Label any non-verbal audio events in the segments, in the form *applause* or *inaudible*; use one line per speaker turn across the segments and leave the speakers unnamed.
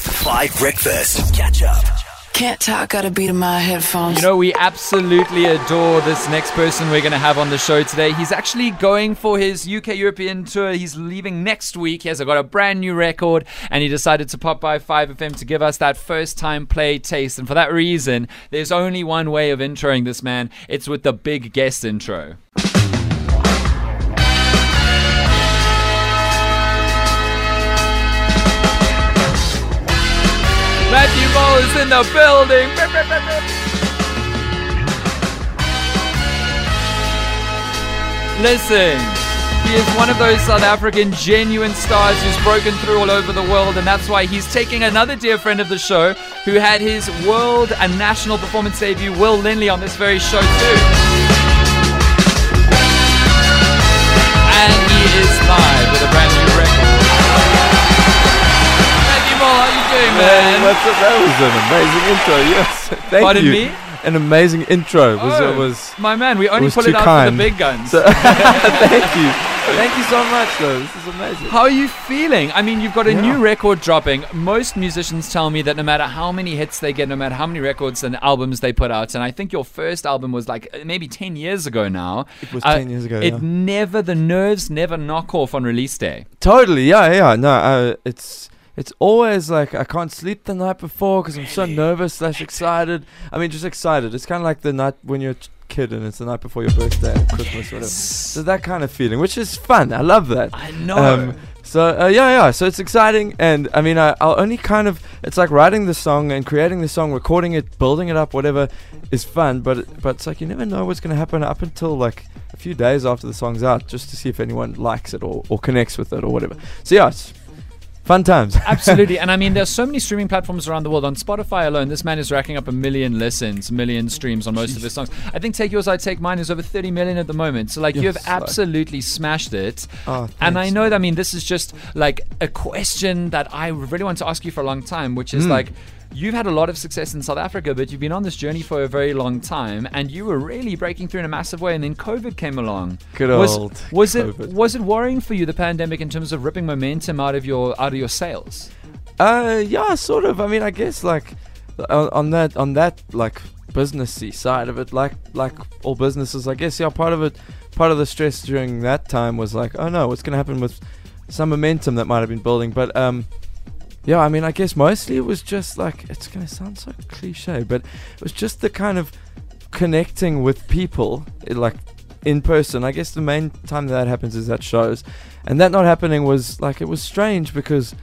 Five Breakfast. Catch up.
Can't talk, gotta beat in my headphones.
You know, we absolutely adore this next person we're going to have on the show today. He's actually going for his UK European tour. He's leaving next week. He has got a brand new record, and he decided to pop by 5FM to give us that first time play taste. And for that reason, there's only one way of introing this man it's with the big guest intro. Matthew Ball is in the building. Listen, he is one of those South African genuine stars who's broken through all over the world, and that's why he's taking another dear friend of the show who had his world and national performance debut, Will Linley, on this very show, too. And he is live with a brand new record. Matthew Ball, how you doing, man?
Hey, what's up? That was an amazing intro. Yes, *laughs* thank
Pardon
you.
me?
An amazing intro. Was
Oh,
it was? *laughs*
my man. We only
was
pull it
too
out for the
kind.
big guns.
So, thank you. Thank you so much, though. This is amazing.
how are you feeling? I mean, you've got a new record dropping. Most musicians tell me that no matter how many hits they get, no matter how many records and albums they put out, and I think your first album was like uh, maybe 10 years ago now. It
was 10 years ago,
It
yeah.
never, the nerves never knock off on release day.
Totally. Yeah, yeah. No, uh, it's it's always like I can't sleep the night before because I'm so nervous slash excited. I mean, just excited. It's kind of like the night when you're a ch- kid and it's the night before your birthday, or Christmas, whatever. So that kind of feeling, which is fun. I love that.
I know.
Um, *laughs* so uh, yeah, yeah. So it's exciting, and I mean, I, I'll only kind of. It's like writing the song and creating the song, recording it, building it up, whatever, is fun. But but it's like you never know what's gonna happen up until like a few days after the song's out, just to see if anyone likes it or, or connects with it or whatever. So yeah, it's fun times.
Absolutely. And I mean, there's so many streaming platforms around the world. On Spotify alone, this man is racking up a million listens, million streams on most of his songs. I think Take Yours, I Take Mine is over 30 million at the moment. So, like, you have
Yes, like-
absolutely smashed it.
*laughs* Oh,
and I
thanks,
know that, I mean, this is just like a question that I really want to ask you for a long time, which
Hmm.
is like, You've had a lot of success in South Africa, but you've been on this journey for a very long time, and you were really breaking through in a massive way. And then COVID came along.
Good
was,
old
Was it
COVID.
was it worrying for you the pandemic in terms of ripping momentum out of your out of your sales?
Uh, yeah, sort of. I mean, I guess like on, on that on that like businessy side of it, like like all businesses, I guess yeah. Part of it, part of the stress during that time was like, oh no, what's gonna happen with some momentum that might have been building, but um. Yeah, I mean, I guess mostly it was just like it's gonna sound so cliche, but it was just the kind of connecting with people, eh, like in person. I guess the main time that happens is at shows, and that not happening was like it was strange because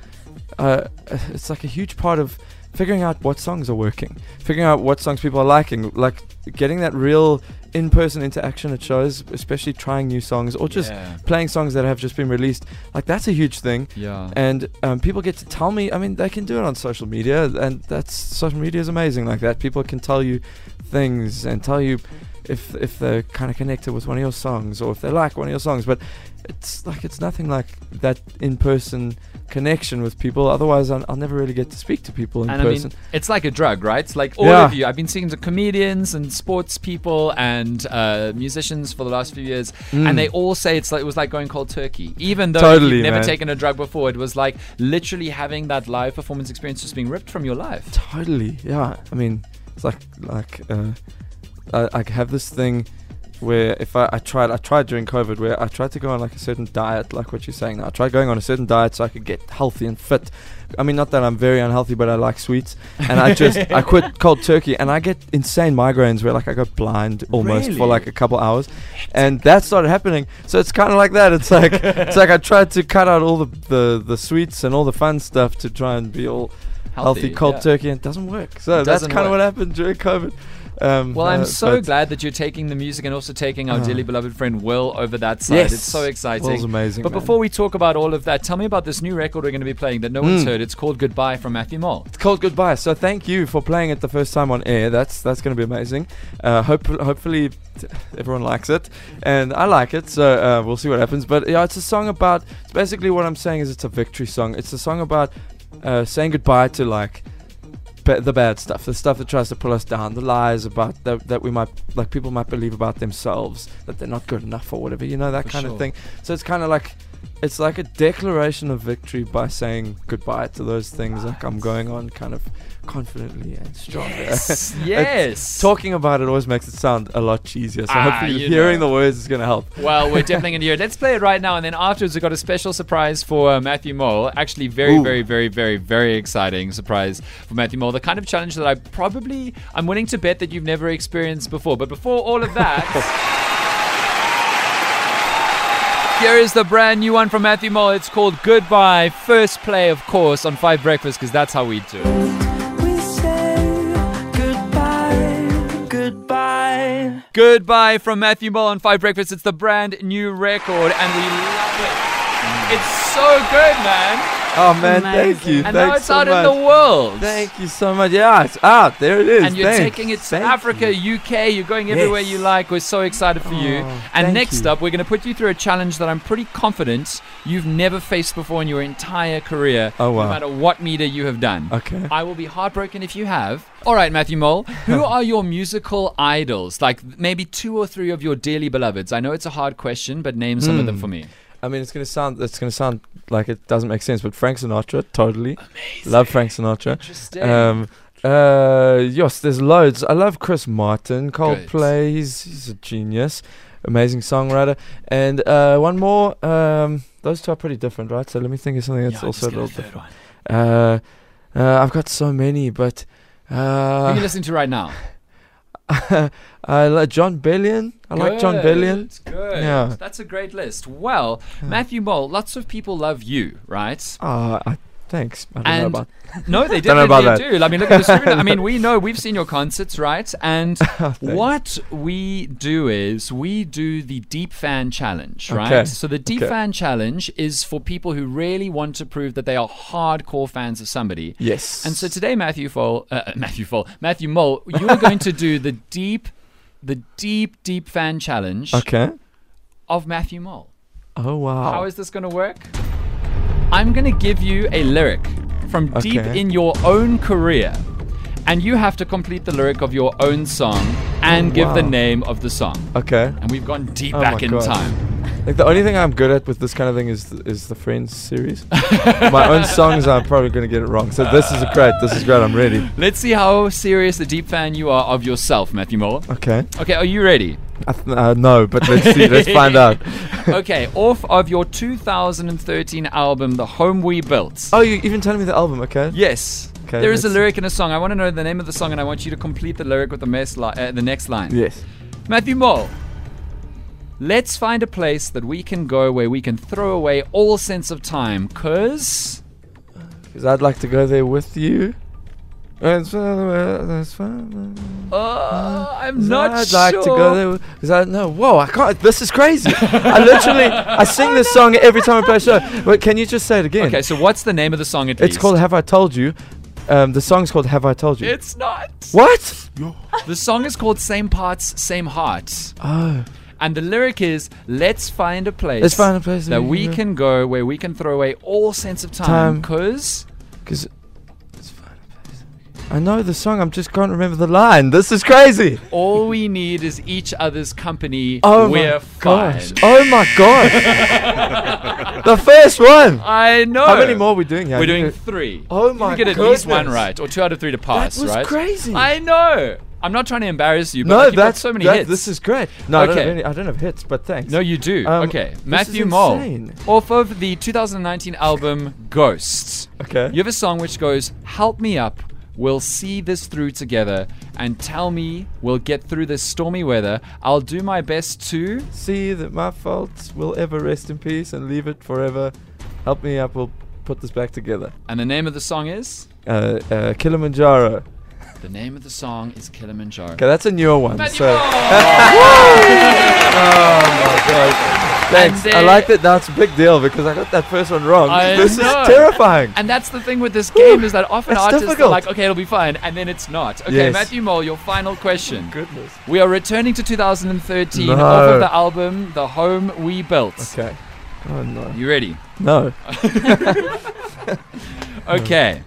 uh, it's like a huge part of figuring out what songs are working, figuring out what songs people are liking, like getting that real in-person interaction at shows, especially trying new songs or just
Yeah.
playing songs that have just been released. Like that's a huge thing.
Yeah.
And um, people get to tell me. I mean, they can do it on social media, and that's social media is amazing like that. People can tell you things and tell you if if they're kind of connected with one of your songs or if they like one of your songs. But it's like it's nothing like that in-person connection with people. Otherwise, I'll, I'll never really get to speak to people in
and
person.
I mean, it's like a drug, right? It's like all
Yeah.
of you. I've been speaking to comedians and sports people and uh, musicians for the last few years, and
Mm.
they all say it's like it was like going cold turkey. Even though
Totally,
you've never
man.
taken a drug before, it was like literally having that live performance experience just being ripped from your life.
Totally. Yeah. I mean, it's like like uh, I, I have this thing where if I, I tried I tried during COVID where I tried to go on like a certain diet, like what you're saying now. I tried going on a certain diet so I could get healthy and fit. I mean, not that I'm very unhealthy, but I like sweets, and
*laughs*
I just I quit cold turkey, and I get insane migraines where like I go blind almost for
Really?
like a couple hours, and that started happening. So it's kind of like that. It's
*laughs*
like it's like I tried to cut out all the, the the sweets and all the fun stuff to try and be all healthy, cold
yeah.
turkey and it doesn't work. So
It
that's
doesn't
kind of
work.
what happened during COVID. Um,
Well,
uh,
I'm so
but
glad that you're taking the music and also taking our
Ah.
dearly beloved friend Will over that side.
Yes.
It's so exciting.
Will's amazing,
But
man.
before we talk about all of that, tell me about this new record we're going to be playing that no one's
Mm.
heard. It's called Goodbye from Matthew
*laughs*
Mole.
It's called goodbye. So thank you for playing it the first time on air. That's that's going to be amazing. Uh, hope hopefully t- everyone likes it, and I like it. So uh, we'll see what happens. But yeah, it's a song about. It's basically what I'm saying is it's a victory song. It's a song about uh, saying goodbye to like ba- the bad stuff, the stuff that tries to pull us down, the lies about that, that we might like people might believe about themselves that they're not good enough or whatever, you know that
For
kind
sure.
of thing. So it's kind of like it's like a declaration of victory by saying goodbye to those things. Like I'm going on kind of confidently and strong.
Yes.
It's- Talking about it always makes it sound a lot cheesier. So
Ah,
hopefully,
you
hearing
know.
the words is gonna help.
Well, we're definitely going to hear it. Let's play it right now, and then afterwards, we've got a special surprise for uh, Matthew Mole. Actually, very,
Ooh.
very, very, very, very exciting surprise for Matthew Mole. The kind of challenge that I probably, I'm willing to bet that you've never experienced before. But before all of that. Here is the brand new one from Matthew Mole. It's called Goodbye. First play, of course, on Five Breakfast, because that's how we do it.
We say goodbye, goodbye.
Goodbye from Matthew Ball on Five Breakfast. It's the brand new record, and we love it. It's so good, man.
Oh man, thank
Amazing.
*laughs* you.
And
Thanks
now it's
so
out
much.
in the world.
Thank you so much. Yeah, it's out. There it is.
And you're
Thanks.
taking it to
Thank
Africa,
you.
UK. You're going everywhere you
Yes.
like. We're so excited for you.
Oh,
And
thank
next
you.
up, we're going to put you through a challenge that I'm pretty confident you've never faced before in your entire career.
Oh, wow. Uh,
No matter what meter you have done.
Okay.
I will be heartbroken if you have. All right, Matthew Mole,
*laughs*
who are your musical idols? Like maybe two or three of your dearly beloveds. I know it's a hard question, but name some of
Hmm.
them for me.
I mean, it's gonna sound. It's gonna sound like it doesn't make sense, but Frank Sinatra, totally. Love Frank Sinatra.
Interesting.
*laughs* Um, uh, yes, there's loads. I love Chris Martin, Coldplay. He's he's a genius, amazing songwriter. And uh, one more. Um, those two are pretty different, right? So let me think of something
Yeah,
that's
I'll just
also a
get a
little
third
different.
one.
Uh, uh, I've got so many, but
Who are you
uh,
listening to right now?
*laughs* I like John Bellion. I like John Bellion.
Good, Good.
Yeah.
That's a great list. Well, Matthew Mole, lots of people love you, right?
*laughs* Ah, I thanks. I don't know
And
about.
No, they
Don't know
definitely
about that.
do. I mean, look at this. I mean, we know we've seen your concerts, right?
*laughs*
And what we do is we do the deep fan challenge, right?
Okay.
So the deep
Okay.
fan challenge is for people who really want to prove that they are hardcore fans of somebody.
Yes.
And so today, Matthew Fole, uh, Matthew Fole, Matthew Mole, you are going to do the deep, the deep, deep fan challenge
*laughs* Okay.
of Matthew Mole.
Oh wow.
How is this going to work? I'm going to give you a lyric from deep
Okay.
in your own career, and you have to complete the lyric of your own song and give the
Wow.
name of the song.
okay.
And we've gone deep
Oh
back
my
in
God.
time.
Like the only thing I'm good at with this kind of thing is th- is the Friends series. My
*laughs*
own songs, I'm probably gonna get it wrong. So this is great. This is great. I'm ready.
Let's see how serious a deep fan you are of yourself, Matthew Mole.
Okay.
Okay, are you
*laughs*
ready?
I th- uh, no, but let's see. Let's find out.
*laughs* okay, off of your 2013 album, The Home We Built.
*laughs* Oh, you even telling me the album? Okay.
Yes.
Okay,
there is a
let's-
lyric in a song. I want to know the name of the song, and I want you to complete the lyric with the, mess li- uh, the next line.
Yes.
Matthew Mole. Let's find a place that we can go where we can throw away all sense of time, cause.
Because I'd like to go there with you. That's fine, that's fine.
Uh, I'm not
I'd
sure.
like to go there because I know. Whoa, I can't. This is crazy. I literally, I sing this song every time I play a show. But can you just say it again?
Okay, so what's the name of the song? At
It's
least?
called Have I Told You. Um, the song's called Have I Told You.
It's not.
what?
The song is called "Same Parts, Same Hearts,"
Oh,
and the lyric is, "Let's find a place.
Let's find a place
that we can go where we can throw away all sense of time,
Time.
cause."
Because it's fine. I know the song. I'm just can't remember the line. This is crazy.
All we need is each other's company.
Oh
We're
my
fine.
gosh. Oh my gosh.
*laughs*
the first one.
I know.
How many more are we doing here?
We're doing three.
Oh
You
my
get at least one
goodness.
right, or two out of three to pass,
was
right?
crazy.
I know. I'm not trying to embarrass you, but
No,
like, you've got
that's
so many
that-
hits.
This is great. No, I, don't
Okay.
have any, I don't have hits, but thanks.
no, you do.
Um,
okay,
this is
Matthew Mole,
insane.
off of the 2019 album Ghosts.
Okay.
You have a song which goes, "Help me up." We'll see this through together and tell me we'll get through this stormy weather. I'll do my best to.
see that my faults will ever rest in peace and leave it forever. Help me up. We'll put this back together.
And the name of the song is?
Uh, uh, Kilimanjaro. Okay,
The name of the song is Kilimanjaro.
that's a newer one.
Matthew
so.
Mole!
Thanks.
And,
I
uh,
like that. That's a big deal because I got that first one wrong.
I
*laughs* this
know.
is terrifying.
And that's the thing with this game is that often
it's
artists are
difficult.
like, okay, it'll be fine, and then it's not. Okay,
Yes.
Matthew Mole, your final question.
Goodness.
We are returning to 2013
No.
off of the album The Home We Built.
Okay. Oh no.
You ready?
No.
Okay.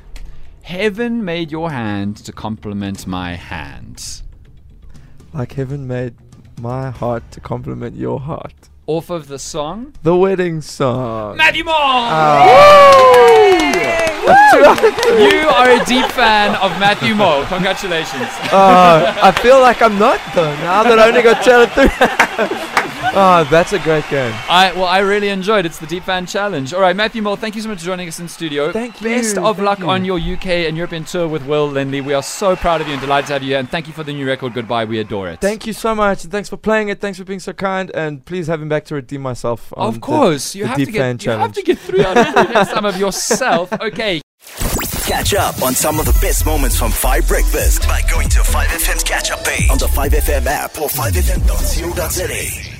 Heaven made your hand to complement my hand.
Like heaven made my heart to complement your heart.
off of the song
The wedding song. Ah.
Matthew Moore.
*laughs* That's right.
You are a deep fan of Matthew Moore. Congratulations.
Uh, I feel like I'm not though. Now that I only got chatted through. *laughs* oh, that's a great game.
I well, I really enjoyed. It's the Deep Fan Challenge. All right, Matthew Moore, thank you so much for joining us in studio.
Thank
Best
you,
of
thank
luck
you.
on your UK and European tour with Will Lindley. We are so proud of you and delighted to have you here. And thank you for the new record, Goodbye. We adore it.
Thank you so much. and Thanks for playing it. Thanks for being so kind. And please have him back to redeem myself. on
Of
the-
course, you
the
have
Deep
to
Fan
get you have
Challenge.
to get three
*laughs*
out of three next time of yourself. Okay,
Catch up on some of the best moments from 5 Breakfast by going to 5FM's catch up page on the 5FM app or 5FM.co.za.